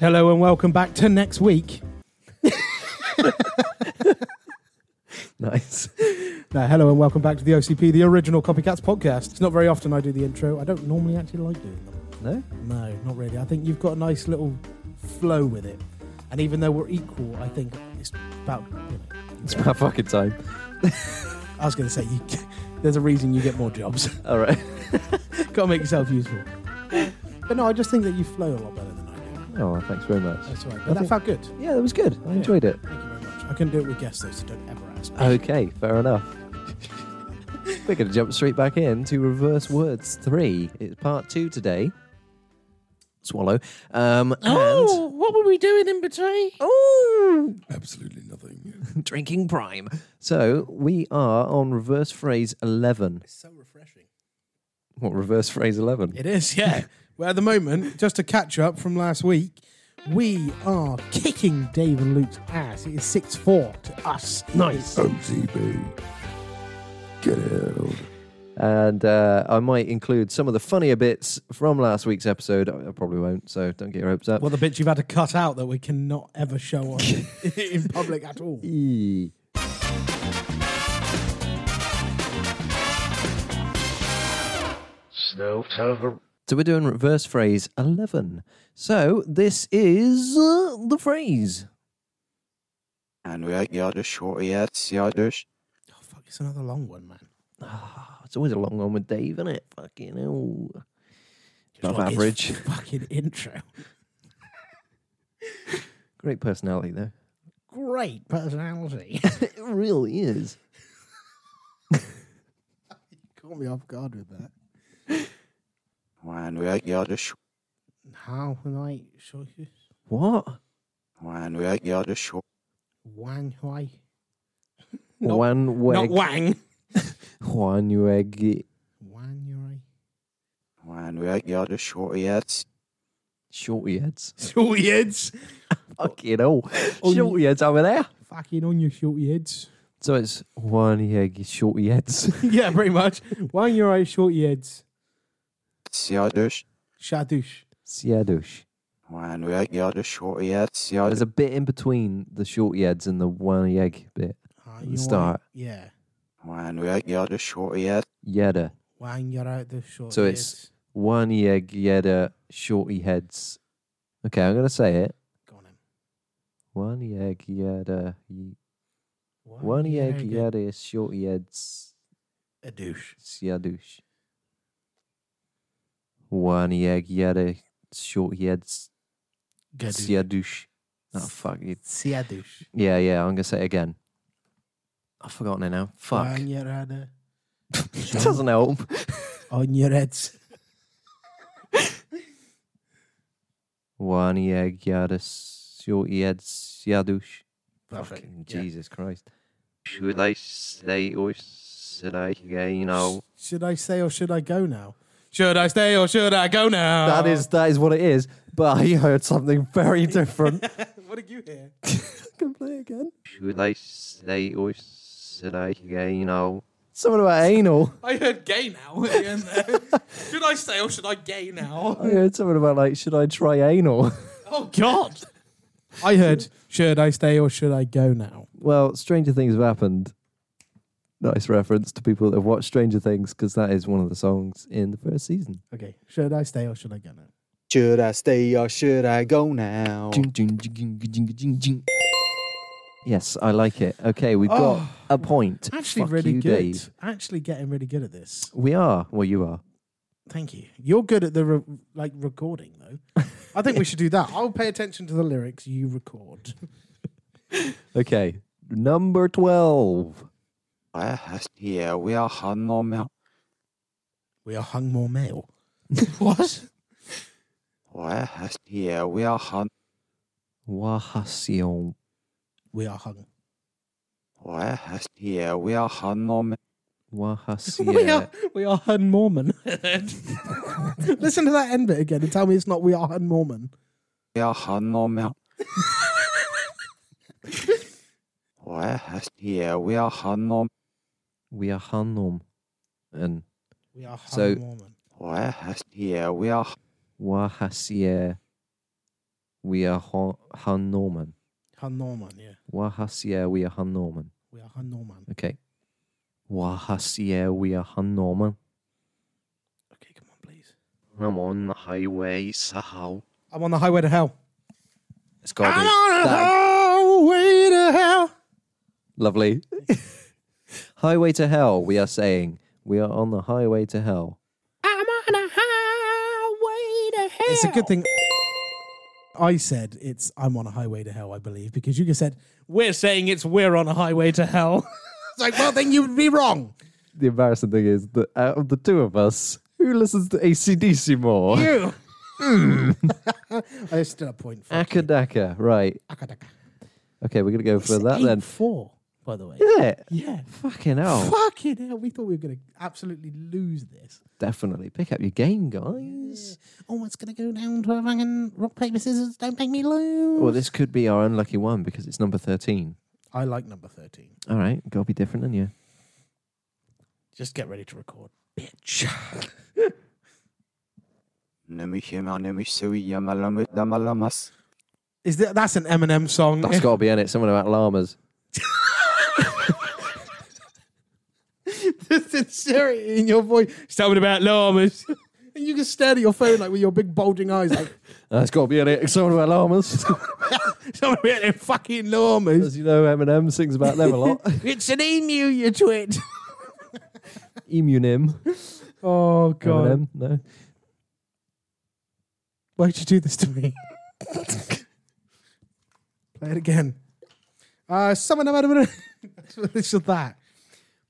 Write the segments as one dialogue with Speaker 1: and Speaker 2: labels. Speaker 1: Hello and welcome back to next week.
Speaker 2: Nice.
Speaker 1: No, hello and welcome back to the OCP, the original Copycats podcast. It's not very often I do the intro. I don't normally actually like doing them.
Speaker 2: No?
Speaker 1: No, not really. I think you've got a nice little flow with it. And even though we're equal, I think it's about, you know,
Speaker 2: It's about fucking time.
Speaker 1: I was going to say, you, there's a reason you get more jobs.
Speaker 2: All right.
Speaker 1: got to make yourself useful. But no, I just think that you flow a lot better than I do.
Speaker 2: Oh, thanks very much.
Speaker 1: That's all right.
Speaker 2: I
Speaker 1: But that
Speaker 2: think-
Speaker 1: felt good.
Speaker 2: Yeah, that was good. I enjoyed it.
Speaker 1: Thank you very much. I couldn't do it with guests, though, so don't ever ask.
Speaker 2: Okay, fair enough. We're going to jump straight back in to Reverse Words 3. It's part two today. Swallow. Um, and
Speaker 1: Oh, what were we doing in between?
Speaker 2: Oh. Ooh,
Speaker 3: Absolutely nothing.
Speaker 2: drinking prime. So we are on reverse phrase 11.
Speaker 1: It's so refreshing.
Speaker 2: What, reverse phrase 11?
Speaker 1: It is, yeah. well, at the moment, just to catch up from last week, we are kicking Dave and Luke's ass. It is 6 4 to us. Nice.
Speaker 3: OCB. Get out.
Speaker 2: And uh, I might include some of the funnier bits from last week's episode. I I probably won't, so don't get your hopes up.
Speaker 1: Well, the bits you've had to cut out that we cannot ever show on in public at all.
Speaker 2: Eee.
Speaker 4: Snow Tower.
Speaker 2: So we're doing reverse phrase 11. So this is uh, the phrase.
Speaker 5: En wij, ja dus, hoor je het, ja dus.
Speaker 1: Oh, fuck, it's another long one, man.
Speaker 2: Ah, it's always a long one with Dave, isn't it? Fucking hell. Above
Speaker 1: Like his
Speaker 2: average.
Speaker 1: Fucking intro.
Speaker 2: Great personality, though.
Speaker 1: Great personality.
Speaker 2: It really is.
Speaker 1: Caught me off guard with that.
Speaker 5: En wij, ja dus.
Speaker 1: How I show you?
Speaker 2: What?
Speaker 5: En wij, ja dus, hoor.
Speaker 1: Wang Hui. Not-
Speaker 2: One
Speaker 1: Not
Speaker 2: weg.
Speaker 1: Wang.
Speaker 2: One weg.
Speaker 1: Wang Yuri.
Speaker 5: En wij, ja dus, hoor je het.
Speaker 2: Shorty heads. Oh,
Speaker 1: Shorty heads.
Speaker 2: Fucking hell.
Speaker 1: On-
Speaker 2: Shorty heads over there.
Speaker 1: Fucking on your shorty heads.
Speaker 2: So it's one egg, shorty heads.
Speaker 1: yeah, pretty much. Wang your eyes, shorty heads.
Speaker 5: Ja dus.
Speaker 1: Shadoosh.
Speaker 2: Siadush.
Speaker 5: En wij, ja dus, hoor je het, ja
Speaker 2: There's
Speaker 5: dus.
Speaker 2: a bit in between the shorty heads and the one egg bit.
Speaker 1: Ah,
Speaker 2: the
Speaker 1: you know what?
Speaker 2: start.
Speaker 1: Yeah.
Speaker 5: En wij, ja dus, hoor je het.
Speaker 2: Yada.
Speaker 1: Wang your out the shorty
Speaker 2: So it's-
Speaker 1: heads.
Speaker 2: One egg, yada, shorty heads. Okay, I'm going to say it.
Speaker 1: Go on then.
Speaker 2: One egg, yada. ye-
Speaker 1: Wang
Speaker 2: One
Speaker 1: your
Speaker 2: egg,
Speaker 1: eye,
Speaker 2: yada, shorty heads.
Speaker 1: A douche.
Speaker 2: Siadush. One egg, yada, shorty heads.
Speaker 1: Gadoosh.
Speaker 2: Siadush. Oh, fuck it.
Speaker 1: Siadoosh.
Speaker 2: Yeah, yeah, I'm going to say it again. I've forgotten it now. Fuck.
Speaker 1: Wang your other.
Speaker 2: It doesn't help.
Speaker 1: On your heads.
Speaker 2: One egg, yada, shorty heads. Siadush.
Speaker 1: Perfect.
Speaker 2: Fucking
Speaker 1: Yeah.
Speaker 2: Jesus Christ. Should I stay or should I go? You know.
Speaker 1: Should I stay or should I go now? Should I stay or should I go now?
Speaker 2: That is that is what it is. But I heard something very different.
Speaker 1: What did you hear?
Speaker 2: Can play again. Should I stay or should I go? You know. Something about anal.
Speaker 1: I heard gay now at the end there. should I stay or should I gay now?
Speaker 2: I heard something about like should I try anal?
Speaker 1: Oh, God. I heard, should I stay or should I go now?
Speaker 2: well, Stranger Things have happened. Nice reference to people that have watched Stranger Things because that is one of the songs in the first season.
Speaker 1: Okay, should I stay or should I go now?
Speaker 5: Should I stay or should I go now?
Speaker 2: Jing, jing, jing, jing, jing, jing, jing. Yes, I like it. Okay, we've got
Speaker 1: Oh.
Speaker 2: a point.
Speaker 1: Actually,
Speaker 2: Fuck
Speaker 1: really
Speaker 2: you,
Speaker 1: good.
Speaker 2: Dave.
Speaker 1: Actually, getting really good at this.
Speaker 2: We are. Well, you are.
Speaker 1: Thank you. You're good at the re- like recording though. I think we should do that. I'll pay attention to the lyrics. You record.
Speaker 2: Okay, number 12.
Speaker 5: Eh, Yeah, we are hung on me.
Speaker 1: We are hung more male. what?
Speaker 5: Eh, Yeah, we are hung.
Speaker 2: Wahasion.
Speaker 1: We are hung.
Speaker 5: Eh, Yeah, we are hung on me.
Speaker 1: We
Speaker 2: Wahasion.
Speaker 1: are we are hun Mormon. Listen to that end bit again and tell me it's not we are hun Mormon.
Speaker 5: We are hung on me. Eh, Yeah, we are hung on.
Speaker 2: We are Hanum. And
Speaker 1: We are hun
Speaker 2: So-
Speaker 1: Mormon.
Speaker 5: Eh, Yeah, we are
Speaker 2: Wahasia. We are Ho- Han Norman.
Speaker 1: Han Norman, yeah.
Speaker 2: Wahasia, we are Han Norman.
Speaker 1: We are Han Norman.
Speaker 2: Okay. Wahasia, we are Han Norman.
Speaker 1: Okay, come on, please.
Speaker 2: I'm on the highway, Sahau.
Speaker 1: I'm on the highway to hell.
Speaker 2: It's got to
Speaker 1: I'm
Speaker 2: be.
Speaker 1: on the
Speaker 2: That-
Speaker 1: highway to hell.
Speaker 2: Lovely. highway to hell, we are saying. We are on the highway to hell.
Speaker 1: I'm on a highway to hell. It's a good thing I said it's I'm on a highway to hell, I believe, because you just said we're saying it's we're on a highway to hell. it's like, well, then you would be wrong.
Speaker 2: The embarrassing thing is that out of the two of us, who listens to ACDC more?
Speaker 1: You.
Speaker 2: Hmm.
Speaker 1: I still a point for
Speaker 2: Akadaka, right.
Speaker 1: Akadaka.
Speaker 2: Okay, we're going to go for that
Speaker 1: Eight
Speaker 2: then. Oh.
Speaker 1: four, by the way.
Speaker 2: Is it?
Speaker 1: Yeah.
Speaker 2: Fucking hell.
Speaker 1: Fucking hell, we thought we were going to absolutely lose this.
Speaker 2: Definitely. Pick up your game, guys.
Speaker 1: Oh, it's going to go down to a fucking rock, paper, scissors. Don't make me lose.
Speaker 2: Well, Oh, this could be our unlucky one because it's number 13.
Speaker 1: I like number 13.
Speaker 2: All right, gotta be different than you.
Speaker 1: Just get ready to record, bitch.
Speaker 5: Numi hima numi sui yamalamu damalamas.
Speaker 1: Is that that's an Eminem song?
Speaker 2: That's gotta be in it. Something about llamas.
Speaker 1: the sincerity in your voice. Something about llamas. and you just stared at your phone like with your big bulging eyes, like
Speaker 2: That's gotta be in it. Something about llamas.
Speaker 1: something about them fucking llamas.
Speaker 2: As you know, Eminem sings about them a lot.
Speaker 1: It's an emu, you twit.
Speaker 2: Emunim.
Speaker 1: Oh god,
Speaker 2: Eminem. No.
Speaker 1: why'd you do this to me? Play it again. Uh, someone It's just that.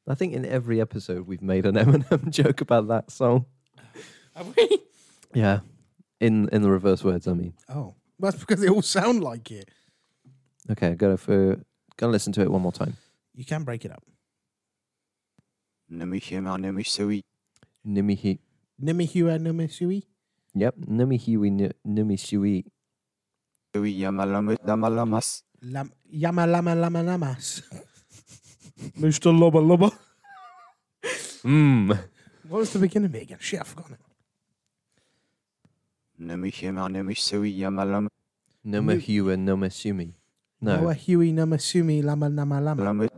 Speaker 2: I think in every episode we've made an Eminem joke about that song.
Speaker 1: Have we?
Speaker 2: Yeah. In in the reverse words, I mean.
Speaker 1: Oh, that's because they all sound like it.
Speaker 2: Okay, go for gonna listen to it one more time.
Speaker 1: You can break it up.
Speaker 5: Numi hima numi sui.
Speaker 2: Nimihi.
Speaker 1: Nimihua Nimishui.
Speaker 2: Yep. Nimihiwi Nimishui.
Speaker 5: Sui yamalamu damalamas.
Speaker 1: Lam- yama lama lama lamas. Mr. Lubba Lubba.
Speaker 2: Mmm.
Speaker 1: What was the beginning of it again? Shit, I've forgotten it.
Speaker 5: Numi hima numi sui yamalamu
Speaker 2: Nimihiwa Nimisumi.
Speaker 1: Noah
Speaker 2: No.
Speaker 1: Huey Namasumi Lama Nama Lama.
Speaker 5: damalamu.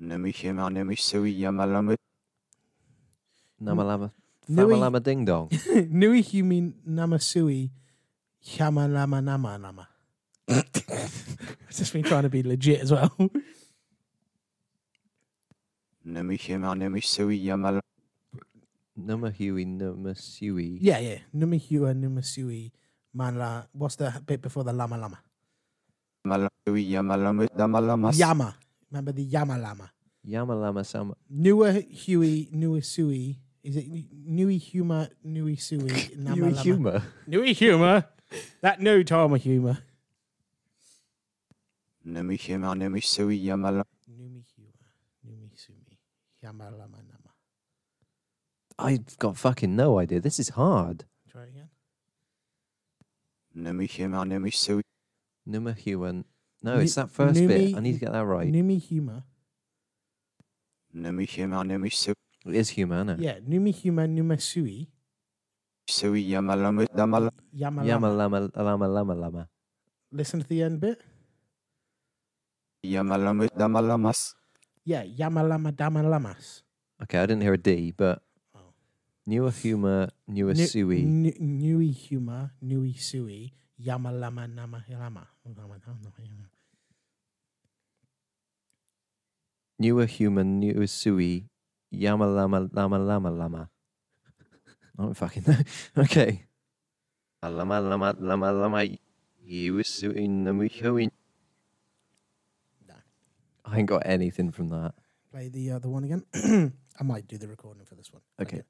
Speaker 5: Numi hima numi sui yamalamu.
Speaker 2: Namalama.
Speaker 1: Nui-
Speaker 2: Famalama Ding Dong.
Speaker 1: Nui Humi Namasui Yama Lama Nama Nama. It's just me trying to be legit as well.
Speaker 5: Numi hima numi sui yamalamu.
Speaker 2: Namahui Namasui.
Speaker 1: yeah, yeah. Numi Hua Numasui Manla. What's the bit before the Lama Lama?
Speaker 5: Sui yamalamu damalamas.
Speaker 1: Yama. Remember the Yama Lama.
Speaker 2: Yamalama Sama.
Speaker 1: Nua Huey Nuasui. Is it Nui Huma Nui Sui Nama
Speaker 2: You a
Speaker 1: Lama?
Speaker 2: humor.
Speaker 1: Nui Huma? That no Tama Huma.
Speaker 5: Numi hima numi sui yamalamu.
Speaker 1: Numi Huma Numi Sumi Yama Lama Nama.
Speaker 2: I've got fucking no idea. This is hard.
Speaker 1: Try it again.
Speaker 5: Numi hima numi sui.
Speaker 2: Numahuan. No,
Speaker 1: Nu-
Speaker 2: it's that first bit. I
Speaker 1: Numi-
Speaker 2: need to get that right.
Speaker 1: Numi Huma.
Speaker 5: Numi hima numi sui.
Speaker 2: it is humor, isn't it?
Speaker 1: Yeah, Numi Huma Numasui
Speaker 5: Sui yamalamu damalamu.
Speaker 1: Yama
Speaker 2: Yama
Speaker 1: Lama.
Speaker 2: lama lama lama lama.
Speaker 1: Listen to the end bit.
Speaker 5: Yamalamu damalamas.
Speaker 1: Yeah, Yama Lama Dama Lamas.
Speaker 2: Okay, I didn't hear a D, but
Speaker 1: Oh.
Speaker 2: newer humor, newer
Speaker 1: Nu-
Speaker 2: sui.
Speaker 1: nu- Nui Huma Nui Sui Yama Lama Nama Lama.
Speaker 2: Newer human, newer sui. Yama lama lama lama lama. I don't fucking know. Okay. Lama lama lama lama. You sui namuhuin.
Speaker 1: Nah.
Speaker 2: I ain't got anything from that.
Speaker 1: Play the other one again. I might do the recording for this one.
Speaker 2: Okay.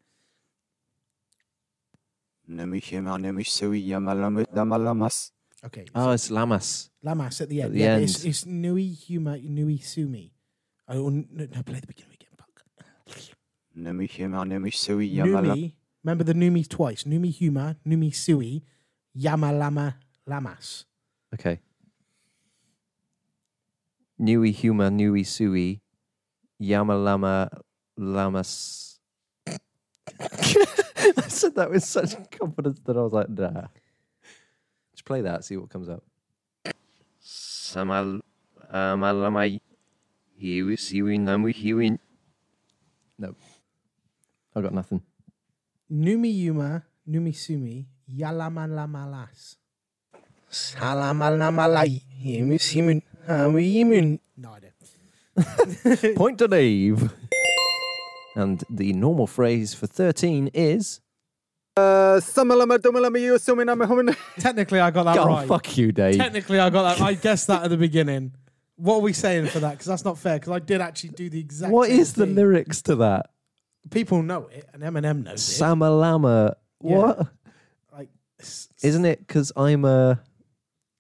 Speaker 5: Numi hima numi sui yamalamu damalamas.
Speaker 1: Okay.
Speaker 2: Oh, it's lamas.
Speaker 1: Lamas at the end.
Speaker 2: At the
Speaker 1: yeah, but
Speaker 2: end.
Speaker 1: It's, it's Nui Huma Nui Sumi. I oh, no, no, play the beginning again. Fuck.
Speaker 5: Numi hima numi sui yamalamu.
Speaker 1: Numi. Remember the Numi twice. Numi Huma Numi Sui Yama Lama Lamas.
Speaker 2: Okay. Nui huma nui sui. Yama lama lamas. I said that with such confidence that I was like, nah. Just Just play that, see what comes up. Samal Amalamai Hiwi Siwi Namu Hiwi. No. I got nothing.
Speaker 1: Numi Yuma, Numi Sumi, Yalamalamalas.
Speaker 4: Salamalamalai. Himus himun. Hamuyimun.
Speaker 1: No idea.
Speaker 2: Point to Dave. And the normal phrase for 13 is.
Speaker 6: Uh, samalama dumalama you assuming I'm a human.
Speaker 1: Technically, I got that
Speaker 2: Oh,
Speaker 1: right.
Speaker 2: fuck you, Dave.
Speaker 1: Technically, I got that. I guessed that at the beginning. What are we saying for that? Because that's not fair. Because I did actually do the exact.
Speaker 2: What
Speaker 1: same
Speaker 2: is the
Speaker 1: thing.
Speaker 2: lyrics to that?
Speaker 1: People know it, and Eminem knows it.
Speaker 2: Samalama.
Speaker 1: Yeah.
Speaker 2: What?
Speaker 1: Like s-
Speaker 2: Isn't it because I'm a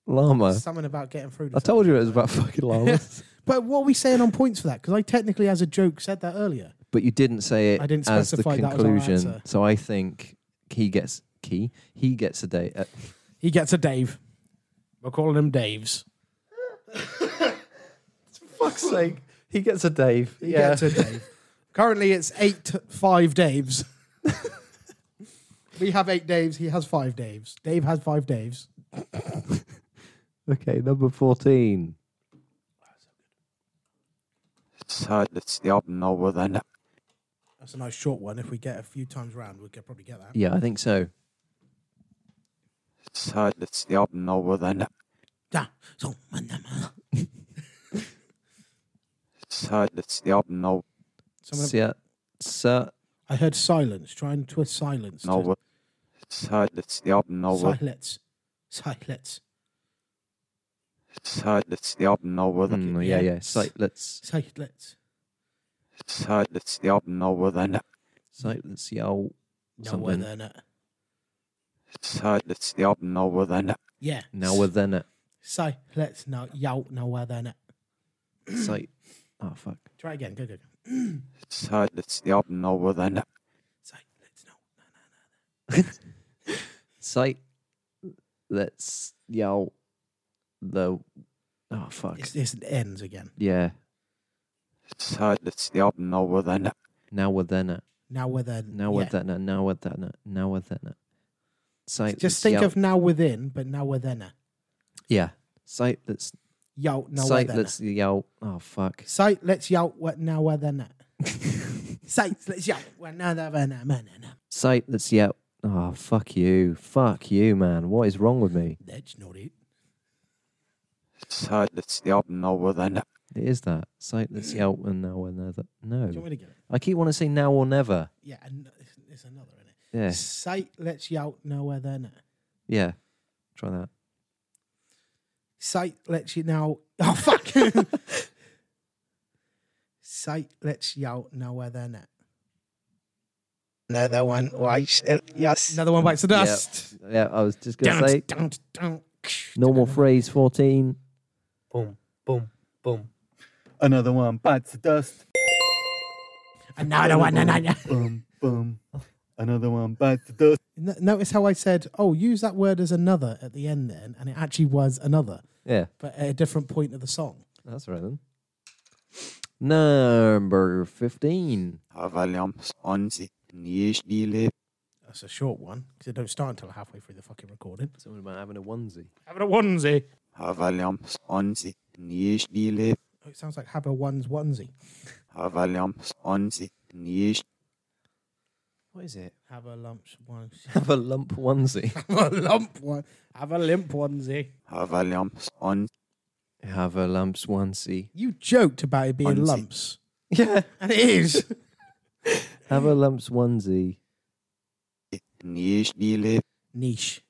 Speaker 2: llama?
Speaker 1: something about getting through. to
Speaker 2: I told you it was about fucking llamas.
Speaker 1: But what are we saying on points for that? Because I technically, as a joke, said that earlier.
Speaker 2: but you didn't say it
Speaker 1: I didn't
Speaker 2: as the
Speaker 1: specify that was our
Speaker 2: conclusion.
Speaker 1: answer.
Speaker 2: so I think he gets key. He gets a date. Uh,
Speaker 1: He gets a Dave. We're calling him Daves.
Speaker 2: fuck's sake. He gets a Dave.
Speaker 1: He gets a Dave. Currently, it's eight five Daves. we have eight Daves. He has five Daves. Dave has five Daves.
Speaker 2: Okay, number 14.
Speaker 5: So it's the abnormal then.
Speaker 1: That's a nice short one. If we get a few times round, we'll get, probably get that.
Speaker 2: Yeah, I think so.
Speaker 5: So it's the abnormal then.
Speaker 1: Da, so, man, da, man.
Speaker 5: So it's the abnormal.
Speaker 1: Someone-
Speaker 2: Sia- sa-
Speaker 1: I heard silence. Try and twist silence. to-
Speaker 5: So it's the abnormal.
Speaker 1: silence. Silence.
Speaker 5: So it's the abnormal then.
Speaker 2: mm, yeah,
Speaker 1: yeah.
Speaker 2: yeah. Site, let's,
Speaker 1: Silence.
Speaker 5: So it's the abnormal then.
Speaker 2: site, let's yell.
Speaker 1: No
Speaker 2: Something.
Speaker 1: weather in it.
Speaker 5: So it's the abnormal then.
Speaker 1: Yeah.
Speaker 2: Now we're then at
Speaker 1: Silence. No, yow, no weather in it.
Speaker 2: site. Oh, fuck.
Speaker 1: Try again. Go, go, go.
Speaker 5: So it's the abnormal then.
Speaker 1: Silence. No.
Speaker 2: Site, let's yell. The. Oh, fuck.
Speaker 1: It's, it's, it ends again.
Speaker 2: yeah.
Speaker 5: So it's the abnormal then.
Speaker 2: Now we're then at.
Speaker 1: Now within.
Speaker 2: Now we're
Speaker 1: yeah.
Speaker 2: then at. Now we're then at. Now we're then at. Site,
Speaker 1: Just
Speaker 2: let's
Speaker 1: think
Speaker 2: yell-
Speaker 1: of now within, but now within. a.
Speaker 2: Yeah. Site, let's.
Speaker 1: Yow, no
Speaker 2: site,
Speaker 1: within.
Speaker 2: let's yell. Oh, fuck.
Speaker 1: Sight, let's yow, what now within it. Sight, let's yow, what now within it. Man, no, no.
Speaker 2: Site, let's yell. Oh, fuck you. Fuck you, man. What is wrong with me?
Speaker 1: That's not it.
Speaker 5: So it's the abnormal then.
Speaker 2: It is that. Site, let's yell. And now we're then at.
Speaker 1: Do you want
Speaker 2: No.
Speaker 1: me to get it?
Speaker 2: I keep wanting to say now or never.
Speaker 1: Yeah, and it's- it's another, isn't it?
Speaker 2: Yeah.
Speaker 1: Sight, let's yow, no within it.
Speaker 2: Yeah. Try that.
Speaker 1: Sight lets you now. Oh fuck! Sight lets you out nowhere they're not.
Speaker 4: Another one bites the dust.
Speaker 1: Another one bites the
Speaker 2: Yeah.
Speaker 1: dust.
Speaker 2: Yeah, I was just going
Speaker 1: Down,
Speaker 2: to say
Speaker 1: down, down.
Speaker 2: normal phrase 14.
Speaker 6: Boom, boom, boom. Another one bites the dust.
Speaker 1: Another one. Another.
Speaker 6: Boom, boom. Another one bites the dust.
Speaker 1: N- Notice how I said, "Oh, use that word as another at the end, then," and it actually was another,
Speaker 2: Yeah,
Speaker 1: but at a different point of the song.
Speaker 2: that's right then. Number 15.
Speaker 5: Avaliums onzi nieźli
Speaker 1: That's a short one because it don't start until halfway through the fucking recording.
Speaker 2: Something about having a onesie.
Speaker 1: Have a onesie.
Speaker 5: Avaliums onzi nieźli lip.
Speaker 1: Oh, it sounds like have a one's onesie.
Speaker 5: Avaliums onzi nieźli
Speaker 2: What is it?
Speaker 1: Have a lumps onesie.
Speaker 2: Have a lump onesie.
Speaker 1: have a lump one. Have a limp onesie.
Speaker 5: Avaliums on
Speaker 2: Have a lumps onesie.
Speaker 1: You joked about it being
Speaker 5: Onesie.
Speaker 1: lumps.
Speaker 2: Yeah.
Speaker 1: And it is.
Speaker 2: Have a lumps onesie.
Speaker 5: nieźli lip.
Speaker 1: Niche.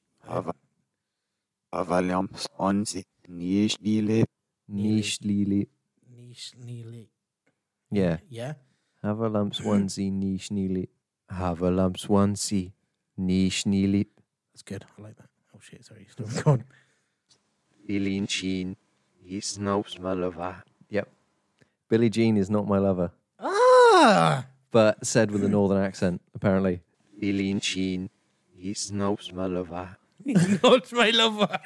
Speaker 5: Avaliums onzi nieźli lip.
Speaker 2: Niche lili.
Speaker 1: Niche nearly.
Speaker 2: Yeah.
Speaker 1: Yeah.
Speaker 2: Have a lumps onesie. Niche lili. Have a lumps onesie. Niche lili.
Speaker 1: That's good. I like that. Oh shit, sorry, still gone.
Speaker 2: Billie Jean. He's no my lover. Yep. Billie Jean is not my lover.
Speaker 1: Ah
Speaker 2: but said with a northern accent, apparently. Eileen Sheen, he snobs my lover.
Speaker 1: not my lover.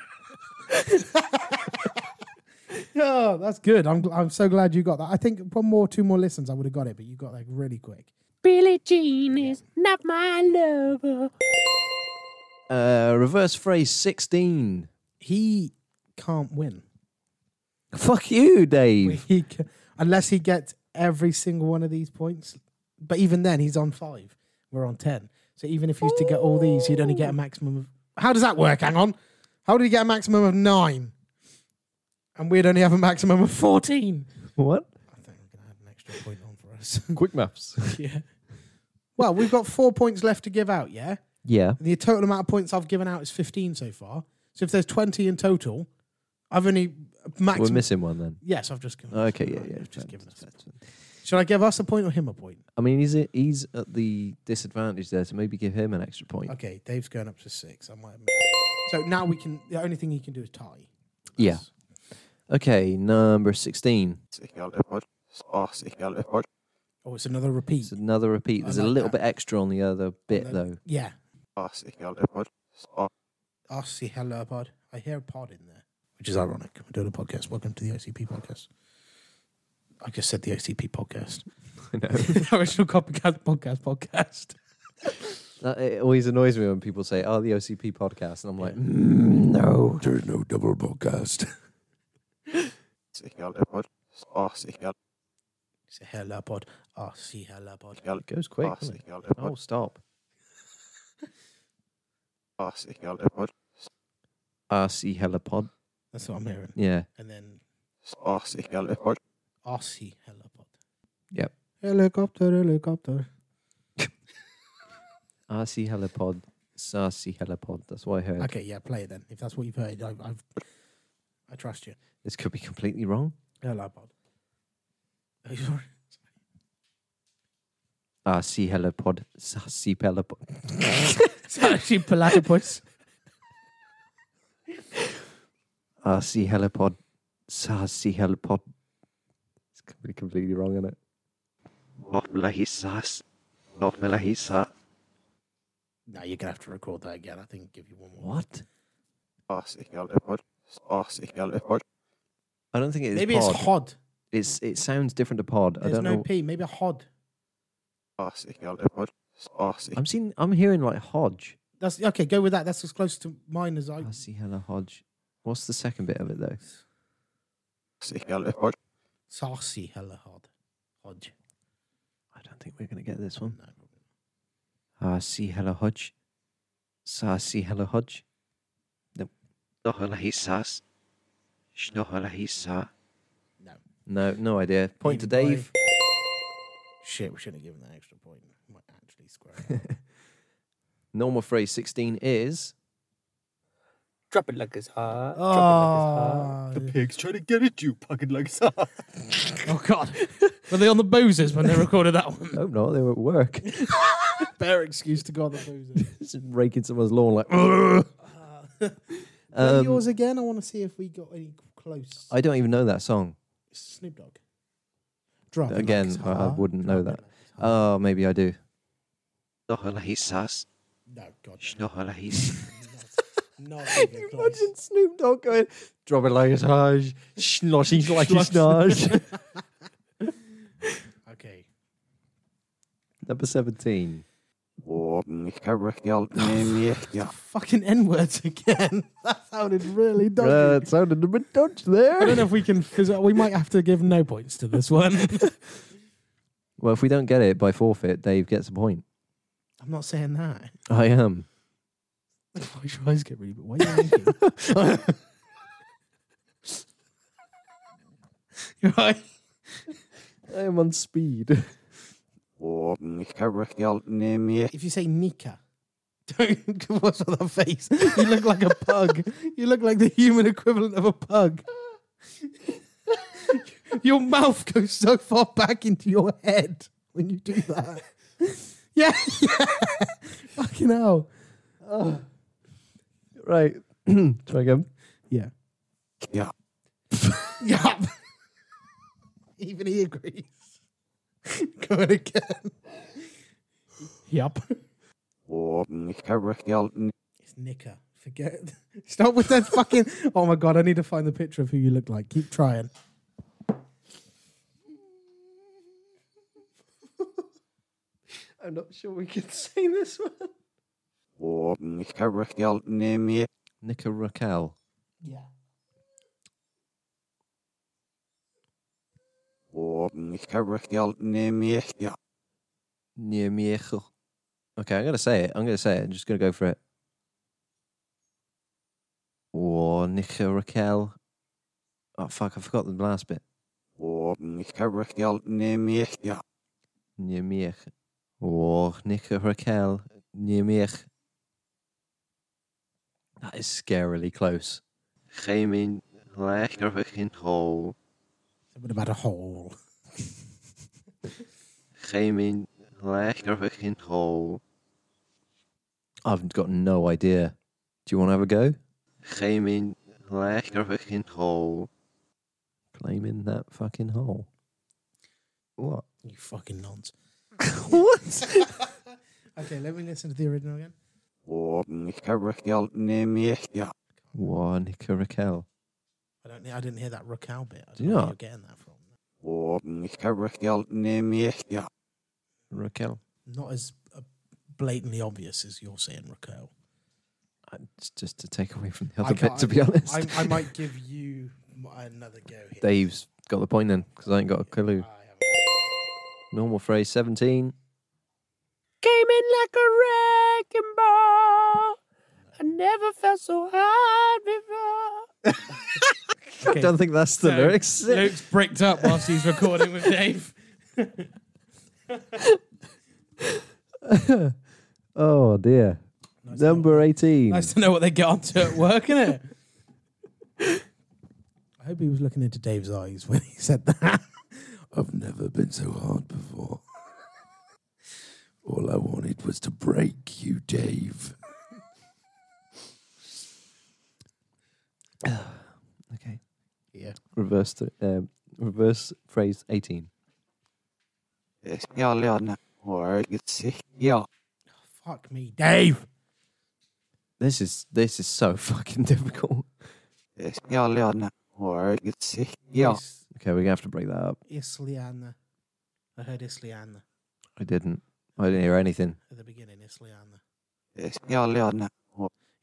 Speaker 1: oh, that's good. I'm gl- I'm so glad you got that. I think one more, two more listens, I would have got it, but you got that really quick.
Speaker 7: Billie Jean is not my lover.
Speaker 2: Uh, reverse phrase 16.
Speaker 1: he can't win.
Speaker 2: Fuck you, Dave.
Speaker 1: He ca- unless he gets every single one of these points. But even then, he's on five. We're on ten. So even if he was to get all these, he'd only get a maximum of. How does that work? Hang on. How did he get a maximum of nine? And we'd only have a maximum of fourteen.
Speaker 2: What?
Speaker 1: I think I'm gonna add an extra point on for us.
Speaker 2: Quick maths.
Speaker 1: yeah. Well, we've got four points left to give out. Yeah.
Speaker 2: Yeah.
Speaker 1: And the total amount of points I've given out is fifteen so far. So if there's twenty in total, I've only
Speaker 2: We're
Speaker 1: maximum.
Speaker 2: missing one then.
Speaker 1: Yes, I've just given. us
Speaker 2: Okay,
Speaker 1: one.
Speaker 2: yeah,
Speaker 1: I've
Speaker 2: yeah.
Speaker 1: Just given us. Should I give us a point or him a point?
Speaker 2: I mean, he's at, he's at the disadvantage there, so maybe give him an extra point.
Speaker 1: Okay, Dave's going up to six. I might. Have... So now we can. The only thing he can do is tie.
Speaker 2: Yeah. Okay, number 16.
Speaker 5: Sikkert leopard. Åh, sikkert leopard.
Speaker 1: Oh, it's another repeat.
Speaker 2: It's another repeat.
Speaker 1: I
Speaker 2: There's a
Speaker 1: like
Speaker 2: little
Speaker 1: that.
Speaker 2: bit extra on the other bit,
Speaker 1: No.
Speaker 2: though.
Speaker 1: Yeah.
Speaker 5: Åh, sikkert leopard. Åh,
Speaker 1: I see hello pod. I hear a pod in there, which is ironic. We're doing a podcast. Welcome to the OCP podcast. I just said the OCP podcast. Original copycat podcast podcast.
Speaker 2: That, it always annoys me when people say, oh, the OCP podcast. And I'm like, "Mm,
Speaker 3: No. There's no double podcast.
Speaker 5: sikkert leopard. Åh, sikkert
Speaker 1: It's a hello pod. I see hello pod.
Speaker 5: leopard.
Speaker 2: it goes quick.
Speaker 5: Åh,
Speaker 2: doesn't it?
Speaker 5: sikkert
Speaker 2: Oh,
Speaker 5: leopard.
Speaker 2: stop.
Speaker 5: Åh, sikkert leopard.
Speaker 2: RC Helipod.
Speaker 1: That's what I'm hearing.
Speaker 2: Yeah.
Speaker 1: And then
Speaker 5: Åh, sikkert leopard.
Speaker 1: I see hello pod.
Speaker 2: Yep.
Speaker 1: Helicopter, helicopter.
Speaker 2: RC Helipod. Sarsi Helipod. That's what I heard.
Speaker 1: Okay, yeah, play it then. If that's what you've heard, I, I've, I trust you.
Speaker 2: This could be completely wrong.
Speaker 1: Hello, pod. Are you sorry?
Speaker 2: RC Helipod. Sarsi Helipod.
Speaker 1: It's actually platypus.
Speaker 2: RC Helipod. Sarsi Helipod. It's could be completely wrong, isn't it?
Speaker 5: Hopmelahissas. Hopmelahissa.
Speaker 1: no, you're gonna have to record that again. I think give you one more.
Speaker 2: What?
Speaker 5: Åh, sikkert leopard. Åh, sikkert leopard.
Speaker 2: I don't think it is
Speaker 1: Maybe
Speaker 2: pod.
Speaker 1: it's hod.
Speaker 2: It's it sounds different to pod. I
Speaker 1: There's
Speaker 2: don't
Speaker 1: no
Speaker 2: know.
Speaker 1: P. Maybe a hod.
Speaker 5: Åh, sikkert leopard. Åh, sikkert
Speaker 2: I'm seeing. I'm hearing like Hodge.
Speaker 1: That's okay. Go with that. That's as close to mine as I.
Speaker 2: I see hella Hodge. What's the second bit of it though?
Speaker 5: sikkert leopard.
Speaker 1: Sarsi hella hod. Hodge.
Speaker 2: I don't think we're gonna get this one.
Speaker 1: No.
Speaker 2: I see hella Hodge. So I see hella Hodge.
Speaker 5: Snorrelahissas. Snorrelahissa.
Speaker 1: No.
Speaker 2: No, no idea. Point to
Speaker 1: Even by-
Speaker 2: Dave.
Speaker 1: Shit, we shouldn't have given that extra point. We might actually square. it up.
Speaker 2: Normal phrase sixteen is
Speaker 4: Drop it like it's hot.
Speaker 6: Ah,
Speaker 1: Ah,
Speaker 6: The pig's trying to get at you, pocket like saw.
Speaker 1: oh God! Were they on the boozers when they recorded that one?
Speaker 2: hope not. They were at work,
Speaker 1: Bare excuse to go on the boozers.
Speaker 2: Just raking someone's lawn like. "Ugh."
Speaker 1: Play
Speaker 2: Um,
Speaker 1: yours again. I want to see if we got any close.
Speaker 2: I don't even know that song.
Speaker 1: Snoop Dogg. Drop it like
Speaker 2: Again,
Speaker 1: it's
Speaker 2: I- I
Speaker 1: hot,
Speaker 2: wouldn't know
Speaker 1: drop it
Speaker 2: that.
Speaker 1: like it's hot.
Speaker 2: Oh, maybe I do.
Speaker 5: Snorrelahissas.
Speaker 1: no, God.
Speaker 5: Snorrelahissas.
Speaker 1: No, not even close.
Speaker 2: Imagine Snoop Dogg going, drop it like a Taj, snotty like a snodge.
Speaker 1: Okay.
Speaker 2: Number 17.
Speaker 5: Warden Carrickell Mimia.
Speaker 1: Fucking N words again. that sounded really dodgy.
Speaker 2: Uh, it sounded a bit dodgy
Speaker 1: I
Speaker 2: there.
Speaker 1: don't know if we can. Fizz- we might have to give no points to this one.
Speaker 2: Well, if we don't get it by forfeit, Dave gets a point.
Speaker 1: I'm not saying that.
Speaker 2: I am.
Speaker 1: Why should I get really? But why are you yanking? You're right.
Speaker 2: I am on speed.
Speaker 5: Warden Carrickell Mimia.
Speaker 1: If you say Nika, don't what's with that face? You look like a pug. you look like the human equivalent of a pug. your mouth goes so far back into your head when you do that. yeah, yeah. Fucking hell.
Speaker 2: Right. Try again.
Speaker 1: Yeah.
Speaker 5: Yeah.
Speaker 1: Yup. Even he agrees. Going again. Yup.
Speaker 5: Warden Carrickell
Speaker 1: It's Nicker. Forget. Stop with that fucking. Oh my god! I need to find the picture of who you look like. Keep trying.
Speaker 2: I'm not sure we can say this one.
Speaker 5: Warden Carrickell Mimia.
Speaker 2: Nika Raquel.
Speaker 1: Yeah.
Speaker 5: Warmkarakjalnemiekja.
Speaker 2: Niemiecho. Okay, I'm gonna say it. I'm gonna say it. I'm just gonna go for it. Or Nika Raquel. Oh fuck, I forgot the last bit.
Speaker 5: Warmkarakjalnemiekja.
Speaker 2: Niemiech. Or Nika Raquel. Niemiech. That is scarily close. Gemin Lekerwichin Hole.
Speaker 1: Something about a hole.
Speaker 2: Gemin Lekerwichin Hole. I've got no idea. Do you want to have a go? Gemin Lekerwichin Hole. Claiming that fucking hole. What?
Speaker 1: You fucking nonce.
Speaker 2: what?
Speaker 1: Okay, let me listen to the original again.
Speaker 5: Warmkarakjalnemiekja.
Speaker 2: War Nika Raquel.
Speaker 1: I don't. I didn't hear that Raquel bit. I
Speaker 2: Do
Speaker 1: don't
Speaker 2: you
Speaker 1: know where
Speaker 2: not?
Speaker 1: you're getting that from.
Speaker 5: Warmkarakjalnemiekja.
Speaker 2: Raquel.
Speaker 1: Not as uh, blatantly obvious as you're saying Raquel.
Speaker 2: Uh, It's just to take away from the
Speaker 1: I
Speaker 2: other bit,
Speaker 1: can't-
Speaker 2: to be honest.
Speaker 1: I, I might give you m- another go here.
Speaker 2: Dave's got the point then, because I ain't got a clue.
Speaker 1: I haven't.
Speaker 2: Normal phrase 17.
Speaker 7: Came in like a wrecking ball. I never felt so hard before.
Speaker 2: I don't think that's the
Speaker 1: So,
Speaker 2: lyrics.
Speaker 1: Luke's bricked up whilst he's recording with Dave.
Speaker 2: Oh dear. Number 18.
Speaker 1: Nice to know what they get onto at work, isn't it? I hope he was looking into Dave's eyes when he said that.
Speaker 3: I've never been so hard before. All I wanted was to break you, Dave.
Speaker 2: Okay.
Speaker 1: Yeah.
Speaker 2: Reverse, th- um, reverse phrase 18.
Speaker 5: Eskjaljarne. Wargitsikja.
Speaker 1: Fuck me, Dave.
Speaker 2: This is this is so fucking difficult.
Speaker 5: Eskjaljarne. Wargitsikja.
Speaker 1: Is-
Speaker 2: Okay, we're gonna have to break that up.
Speaker 1: Isliana. I heard Isliana
Speaker 2: I didn't. I didn't hear anything.
Speaker 1: at the beginning. Isliana.
Speaker 5: Eskjaljarne.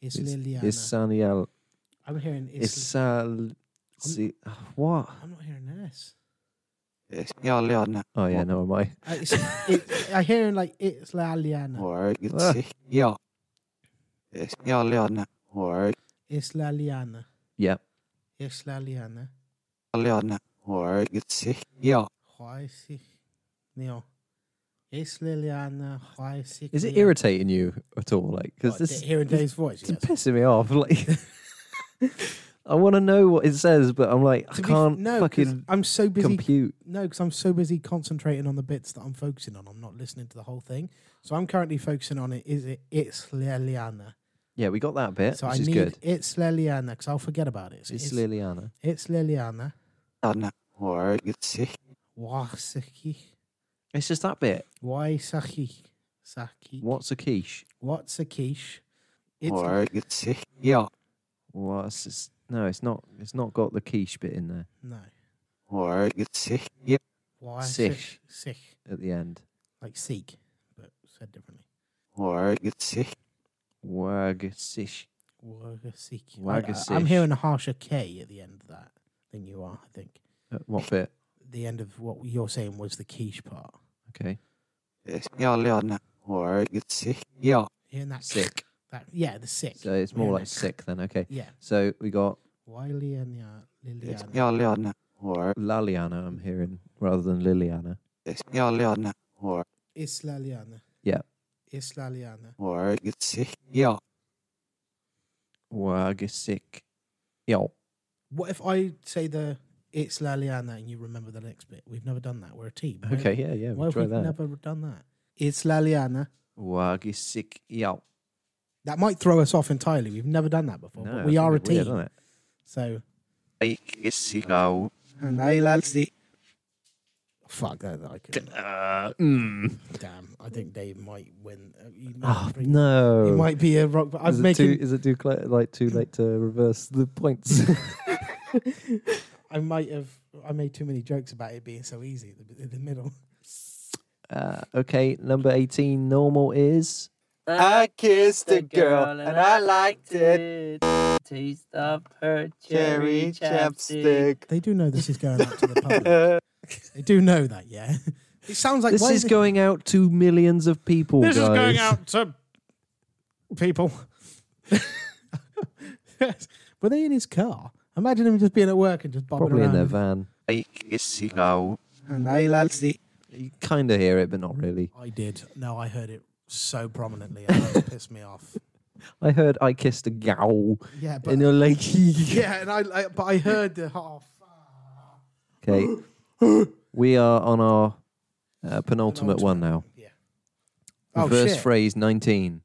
Speaker 2: It's
Speaker 1: Isliana.
Speaker 2: Isaniel.
Speaker 1: I'm hearing Isl-
Speaker 2: Isal. Si- What?
Speaker 1: I'm not hearing an S.
Speaker 5: Eskjaljarne.
Speaker 2: Oh yeah, no, am I?
Speaker 1: I, uh, it's, it, I hearing like Islaliana.
Speaker 5: Wargitsikja. Eskjaljarne. Wargitsikja.
Speaker 1: Islaliana.
Speaker 2: Yeah.
Speaker 1: Islaliana.
Speaker 5: Wargitsikja.
Speaker 1: Huaisi. Neil. Islaliana. Huaisi.
Speaker 2: Is it irritating you at all? Like,
Speaker 1: Oh,
Speaker 2: because this
Speaker 1: hearing Dave's voice?
Speaker 2: It's
Speaker 1: Yes.
Speaker 2: pissing me off. Like, I want to know what it says, but I'm like, I
Speaker 1: To be f-
Speaker 2: can't
Speaker 1: no, 'cause
Speaker 2: fucking
Speaker 1: I'm so busy.
Speaker 2: compute.
Speaker 1: No, because I'm so busy concentrating on the bits that I'm focusing on. I'm not listening to the whole thing. So I'm currently focusing on it. Is it? It's Liliana.
Speaker 2: Yeah, we got that bit,
Speaker 1: So I
Speaker 2: which is
Speaker 1: need
Speaker 2: good.
Speaker 1: it's Liliana because I'll forget about it. So
Speaker 2: It's Liliana.
Speaker 1: it's Liliana.
Speaker 5: Wargitsikja.
Speaker 1: Wasaki.
Speaker 2: It's just that bit.
Speaker 1: Waisaki. Saki.
Speaker 2: What's a quiche?
Speaker 1: What's a quiche? It's
Speaker 5: Wargitsikja.
Speaker 2: What's this? No, it's not. It's not got the quiche bit in there
Speaker 1: no.
Speaker 5: Wargitsikja.
Speaker 1: Why
Speaker 2: Sich.
Speaker 1: Sich.
Speaker 2: at the end.
Speaker 1: Like seek, but said differently.
Speaker 5: Wargitsikja.
Speaker 2: Wagsish.
Speaker 1: Wagasiki.
Speaker 2: Wagasish.
Speaker 1: I'm hearing a harsher K at the end of that than you are, I think.
Speaker 2: Uh, What bit?
Speaker 1: The end of what you're saying was the quiche part.
Speaker 2: Okay.
Speaker 5: Eskjaljarne. Wargitsikja.
Speaker 1: Hearing that
Speaker 2: Sick.
Speaker 1: That, yeah, the sick.
Speaker 2: So it's more
Speaker 1: Hearing
Speaker 2: like
Speaker 1: that-
Speaker 2: sick then. Okay.
Speaker 1: Yeah.
Speaker 2: So we got
Speaker 1: Why Liliana? Liliana.
Speaker 5: Eskjaljarne. Wargitsikja.
Speaker 2: Laliana. I'm hearing rather than Liliana.
Speaker 5: Eskjaljarne.
Speaker 1: Islaliana.
Speaker 2: Yeah.
Speaker 1: Islaliana.
Speaker 5: Wargitsikja.
Speaker 2: Wagsick. Yo.
Speaker 1: What if I say the it's Laliana and you remember the next bit? We've never done that. We're a team. Why-
Speaker 2: Okay. Yeah. Yeah.
Speaker 1: Why
Speaker 2: We
Speaker 1: have
Speaker 2: try
Speaker 1: we
Speaker 2: that.
Speaker 1: never done that? It's Laliana.
Speaker 2: Wagsick. Yo.
Speaker 1: That might throw us off entirely. We've never done that before, but we are a team. so
Speaker 2: Ikisigaw.
Speaker 1: fuck that. I could,
Speaker 2: Uh, mm.
Speaker 1: damn, I think Dave might win. Uh, He might,
Speaker 2: Oh
Speaker 1: bring- he
Speaker 2: no!
Speaker 1: might be a rock. But I'm
Speaker 2: Is it, too,
Speaker 1: making.
Speaker 2: is it too cl- like too late to reverse the points?
Speaker 1: I might have. I made too many jokes about it being so easy in the, in the middle.
Speaker 2: uh, okay, number eighteen. Normal is
Speaker 5: I kissed a girl and I liked it.
Speaker 7: Taste of her
Speaker 5: Cherry chapstick.
Speaker 1: They do know this is going out to the public. they do know that, yeah. It sounds like
Speaker 2: This
Speaker 1: why
Speaker 2: is
Speaker 1: it-
Speaker 2: going out to millions of people.
Speaker 1: This is
Speaker 2: guys.
Speaker 1: going out to people. Were they in his car? Imagine him just being at work and just bobbing
Speaker 2: Probably in
Speaker 1: around.
Speaker 2: their van.
Speaker 5: I kissed a girl and I liked it.
Speaker 2: Oh. You kind of hear it, but not really.
Speaker 1: I did. No, I heard it so prominently, and that pissed me off.
Speaker 2: I heard I kissed a gal,
Speaker 1: Yeah, but
Speaker 2: and you're like,
Speaker 1: yeah, and I, I but I heard the oh, half.
Speaker 2: okay. we are on our uh, penultimate one now.
Speaker 1: Yeah. Oh
Speaker 2: Verse
Speaker 1: shit!
Speaker 2: phrase 19.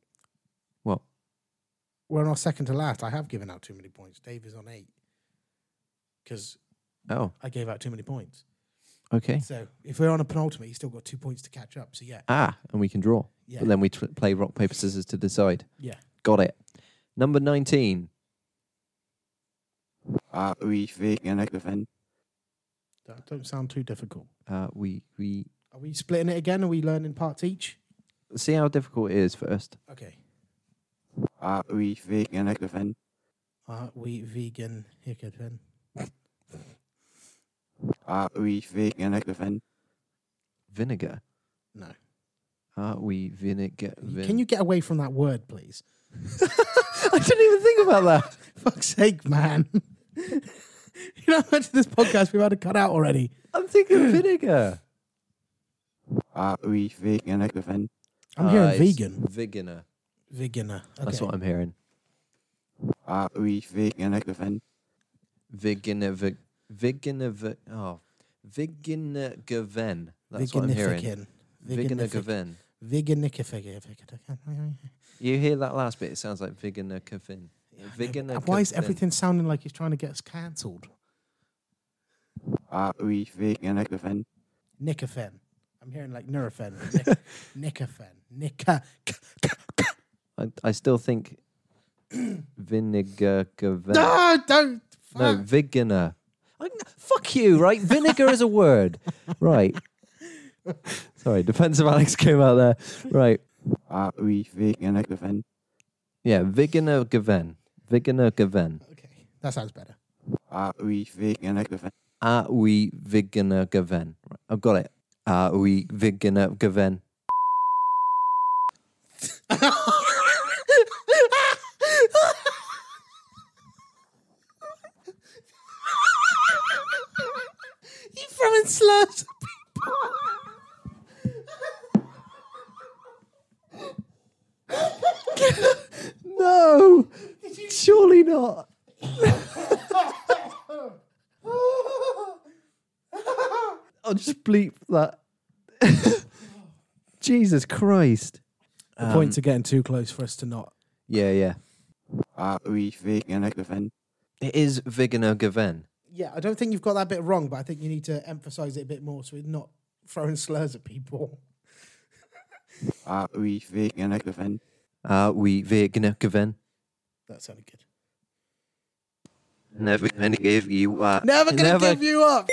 Speaker 2: What?
Speaker 1: We're on our second to last. I have given out too many points. Dave is on eight because
Speaker 2: Oh,
Speaker 1: I gave out too many points.
Speaker 2: okay.
Speaker 1: So if we're on a penultimate, you still got two points to catch up. So yeah,
Speaker 2: Ah, and we can draw.
Speaker 1: Yeah.
Speaker 2: But then we t- play rock, paper, scissors to decide.
Speaker 1: yeah.
Speaker 2: Got it. Number 19.
Speaker 5: Are we thinking of giving?
Speaker 1: That don't sound too difficult.
Speaker 2: Uh, we, we
Speaker 1: Are we splitting it again? Are we learning parts each?
Speaker 2: see how difficult it is first.
Speaker 1: Okay.
Speaker 5: Are we thinking of giving?
Speaker 1: Are we vegan hiccupin?
Speaker 5: Are we thinking of giving?
Speaker 2: Vinegar.
Speaker 1: No.
Speaker 2: Are we vinegar? Vin-
Speaker 1: Can you get away from that word, please?
Speaker 2: I didn't even think about that.
Speaker 1: Fuck's sake, man. you know how much of this podcast we've had to cut out already?
Speaker 2: I'm thinking vinegar.
Speaker 5: Are we thinking of giving?
Speaker 1: I'm
Speaker 2: Uh,
Speaker 1: hearing
Speaker 2: it's
Speaker 1: vegan.
Speaker 2: Veganer.
Speaker 1: Veganer. Okay.
Speaker 2: That's what I'm hearing.
Speaker 5: Are we thinking of giving?
Speaker 2: Veganer. Vig, veganer. Vig, oh, veganer. Gaven. That's what I'm hearing.
Speaker 1: Veganifican.
Speaker 2: Veganer.
Speaker 1: Veganific-
Speaker 2: Gaven.
Speaker 1: Veganific-
Speaker 2: You hear that last bit? It sounds like veganer. Gaven. Veganer.
Speaker 1: Why is
Speaker 2: Gaven.
Speaker 1: everything sounding like it's trying to get us cancelled?
Speaker 5: Are we thinking of giving?
Speaker 1: Nicothen. I'm hearing like Nurofen. but Nic- Nicothen. Nica.
Speaker 2: I, I still think vinegar. Gaven.
Speaker 1: No, Ah, don't.
Speaker 2: No,
Speaker 1: fuck.
Speaker 2: veganer. I, fuck you, right? Vinegar is a word. Right. Sorry, defensive Alex came out there. Right.
Speaker 5: Are we thinking of giving?
Speaker 2: Yeah, veganer Gaven. Veganer Gaven.
Speaker 1: Okay. That sounds better.
Speaker 5: Are we thinking of giving?
Speaker 2: Are we veganer Gaven? Right, I've got it. Are we veganer Gaven?
Speaker 1: You throwing slurs
Speaker 2: No! Surely not. I'll just bleep that. Jesus Christ.
Speaker 1: The points are getting too close for us to not.
Speaker 2: Yeah, yeah.
Speaker 5: Are we thinking of giving?
Speaker 2: It is veganer Gaven.
Speaker 1: Yeah, I don't think you've got that bit wrong, but I think you need to emphasize it a bit more so we're not throwing slurs at people.
Speaker 5: Are we thinking of giving?
Speaker 2: Are we veganer Gaven?
Speaker 1: That sounded good.
Speaker 2: Never gonna give you up.
Speaker 1: Never gonna
Speaker 2: Never-
Speaker 1: give you up.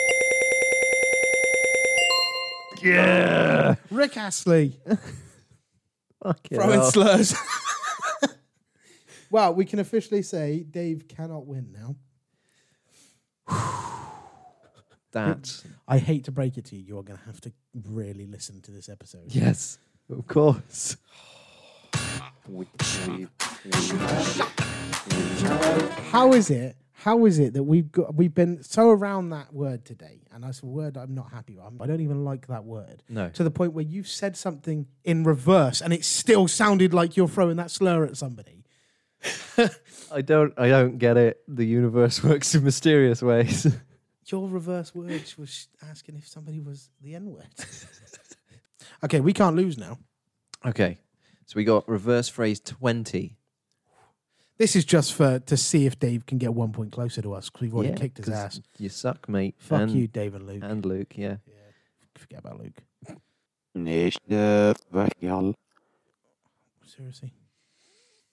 Speaker 2: Yeah.
Speaker 1: Rick Astley
Speaker 2: Fucking
Speaker 1: throwing
Speaker 2: hell.
Speaker 1: slurs. well, we can officially say Dave cannot win now.
Speaker 2: That's
Speaker 1: I hate to break it to you, you are going to have to really listen to this episode.
Speaker 2: yes, of course.
Speaker 1: How is it? How is it that we've got we've been so around that word today, and that's a word I'm not happy with. I'm- I don't even like that word.
Speaker 2: No.
Speaker 1: To the point where you've said something in reverse, and it still sounded like you're throwing that slur at somebody.
Speaker 2: I don't. I don't get it. The universe works in mysterious ways.
Speaker 1: Your reverse words was asking if somebody was the N word. okay, we can't lose now.
Speaker 2: okay, so we got reverse phrase twenty.
Speaker 1: This is just for to see if Dave can get one point closer to us because we've already
Speaker 2: Yeah,
Speaker 1: kicked his
Speaker 2: 'cause
Speaker 1: ass.
Speaker 2: You suck, mate.
Speaker 1: Fuck
Speaker 2: and,
Speaker 1: you, Dave and Luke.
Speaker 2: And Luke, yeah.
Speaker 1: Forget about Luke.
Speaker 5: Nicht der Backyard.
Speaker 1: Seriously.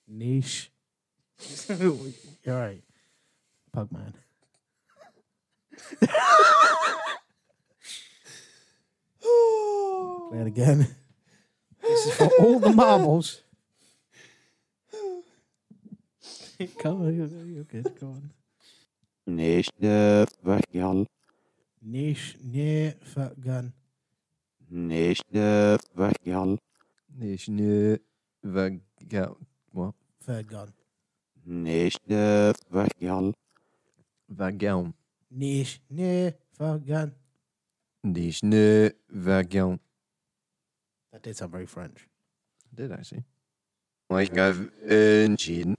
Speaker 1: Niche. You're right. Pugman. Play it again. This is for all the marbles. Come on, you're, you're good. Go on.
Speaker 5: Nicht der Vergal.
Speaker 1: Nish ne fat gun.
Speaker 5: Nicht der Vergal.
Speaker 2: Nish nu vagal what
Speaker 1: Third gun.
Speaker 5: Nicht der Vergal.
Speaker 2: vagal
Speaker 1: Nish ne fat gun.
Speaker 2: nish nu vagal.
Speaker 1: That did sound very French.
Speaker 2: I did actually. Like I've virgin.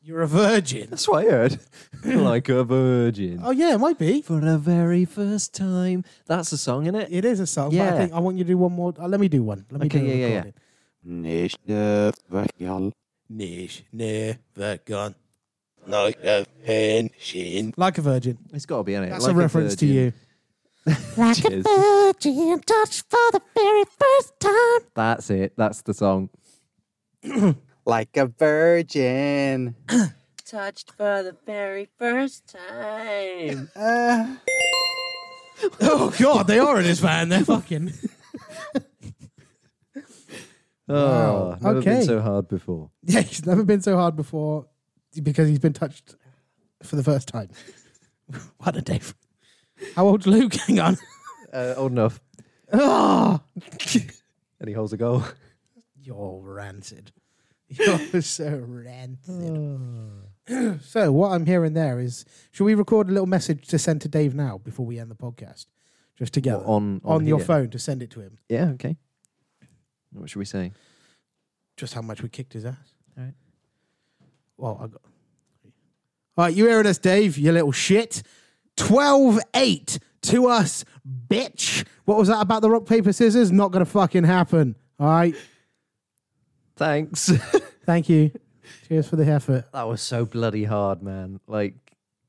Speaker 1: You're a virgin.
Speaker 2: That's what I heard. like a virgin.
Speaker 1: Oh yeah, it might be.
Speaker 2: For the very first time. That's a song, isn't it?
Speaker 1: It is a song. But I
Speaker 2: Yeah.
Speaker 1: think I want you to do one more. Uh, let me do one. Let me
Speaker 2: Okay,
Speaker 1: do a
Speaker 2: yeah, yeah, yeah.
Speaker 1: recording.
Speaker 5: Nicht der Vergal.
Speaker 1: Nish ne fat gun. Like a virgin.
Speaker 2: It's got to be in it.
Speaker 1: That's
Speaker 2: Like
Speaker 1: a reference to
Speaker 2: virgin.
Speaker 1: you.
Speaker 2: Cheers. That's it. That's the song.
Speaker 6: Like a virgin.
Speaker 7: Touched for the very first time.
Speaker 6: Uh,
Speaker 1: Oh god, they are in this van. They're fucking.
Speaker 2: Oh,
Speaker 1: Wow.
Speaker 2: never
Speaker 1: Okay.
Speaker 2: been so hard before.
Speaker 1: Yeah, he's never been so hard before because he's been touched for the first time. what a day. How old's Luke? Hang on.
Speaker 2: Uh, old enough.
Speaker 1: Oh,
Speaker 2: And he holds a goal.
Speaker 1: you're rancid. You're so rancid. Hmm. so what I'm hearing there is, should we record a little message to send to Dave now before we end the podcast, just together
Speaker 2: on- on
Speaker 1: your
Speaker 2: here?
Speaker 1: phone to send it to him?
Speaker 2: Yeah, okay. What should we say?
Speaker 1: Just how much we kicked his ass.
Speaker 2: All right.
Speaker 1: Well, I got. All right, you hearing us, Dave? You little shit. 12 8 to us, bitch. What was that about the rock, paper, scissors? Not going to fucking happen. All right.
Speaker 2: Thanks.
Speaker 1: Thank you. Cheers for the effort.
Speaker 2: that was so bloody hard, man. Like,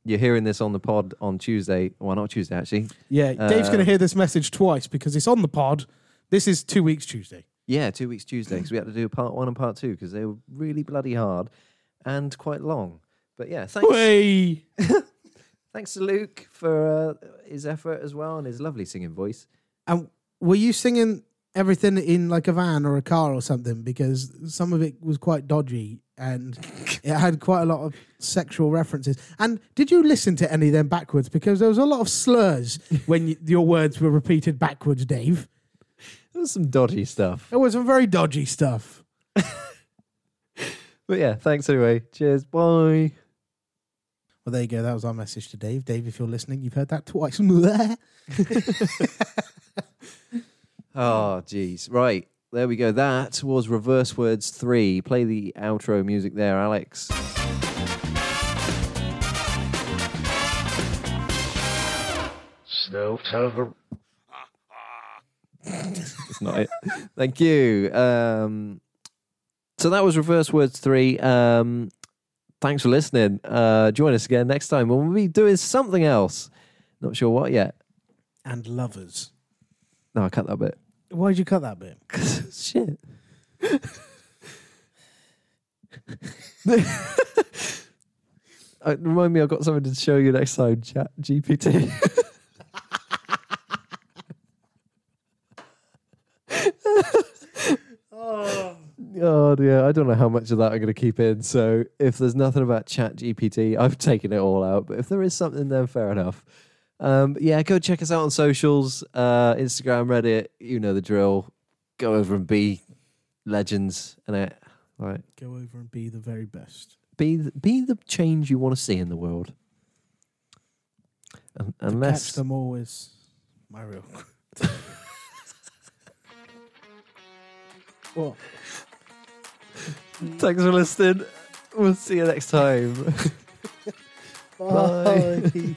Speaker 2: you're hearing this on the pod on Tuesday. Well, not Tuesday, actually.
Speaker 1: Yeah, Dave's
Speaker 2: Uh,
Speaker 1: going to hear this message twice because it's on the pod. This is two weeks Tuesday.
Speaker 2: Yeah, two weeks Tuesday, because we had to do part one and part two, because they were really bloody hard and quite long. But yeah, thanks.
Speaker 1: Way.
Speaker 2: Thanks to Luke for uh, his effort as well and his lovely singing voice.
Speaker 1: And were you singing everything in like a van or a car or something? Because some of it was quite dodgy and it had quite a lot of sexual references. And did you listen to any of them backwards? Because there was a lot of slurs when y your words were repeated backwards, Dave.
Speaker 2: There was some dodgy stuff.
Speaker 1: There was some very dodgy stuff.
Speaker 2: But yeah, thanks anyway. Cheers. Bye.
Speaker 1: Well, there you go. That was our message to Dave. Dave, if you're listening, you've heard that twice. That's
Speaker 2: Oh, jeez. Right. There we go. That was Reverse Words 3. Play the outro music there, Alex. That's not it. Thank you. Um, so that was Reverse Words 3. Um, thanks for listening. Uh, join us again next time when we'll be doing something else. Not sure what yet.
Speaker 1: And lovers.
Speaker 2: No, I cut that bit.
Speaker 1: Why did you cut that bit?
Speaker 2: Shit. Uh, remind me, I've got something to show you next time, Chat GPT. oh dear, I don't know how much of that I'm going to keep in. So if there's nothing about Chat GPT, I've taken it all out. But if there is something, then fair enough. Um, yeah, go check us out on socials, uh, Instagram, Reddit. You know the drill. Go over and be legends, and it right.
Speaker 1: Go over and be the very best.
Speaker 2: Be the, be the change you want to see in the world. Un-
Speaker 1: Catch
Speaker 2: unless
Speaker 1: them all is my real. what?
Speaker 2: thanks for listening. We'll see you next time. Bye.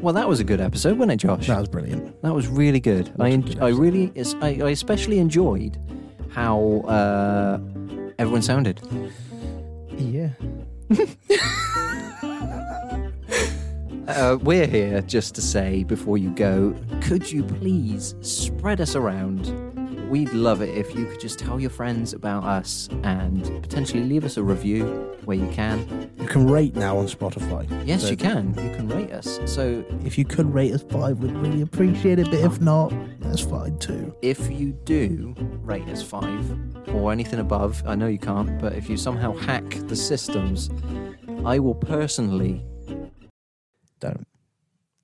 Speaker 2: Well, that was a good episode, wasn't it, Josh?
Speaker 1: That was brilliant.
Speaker 2: That was really good. I, en- I really, it's, I, I especially enjoyed how uh, everyone sounded.
Speaker 1: Yeah.
Speaker 2: Uh, we're here just to say before you go, could you please spread us around, we'd love it if you could just tell your friends about us and potentially leave us a review where you can.
Speaker 1: You can rate now on Spotify.
Speaker 2: Yes,
Speaker 1: So
Speaker 2: you can. You can rate us. So
Speaker 1: If you could rate us five, we'd really appreciate it. But if not, that's fine too.
Speaker 2: if you do rate us five or anything above, I know you can't, but if you somehow hack the systems, I will personally
Speaker 1: Don't,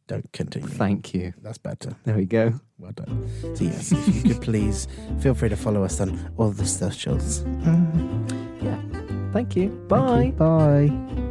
Speaker 1: don't continue.
Speaker 2: thank you.
Speaker 1: That's better.
Speaker 2: There we go.
Speaker 1: Well done. So yes, if you could please feel free to follow us on all the socials.
Speaker 2: Yeah. Thank you. Bye.
Speaker 1: Bye.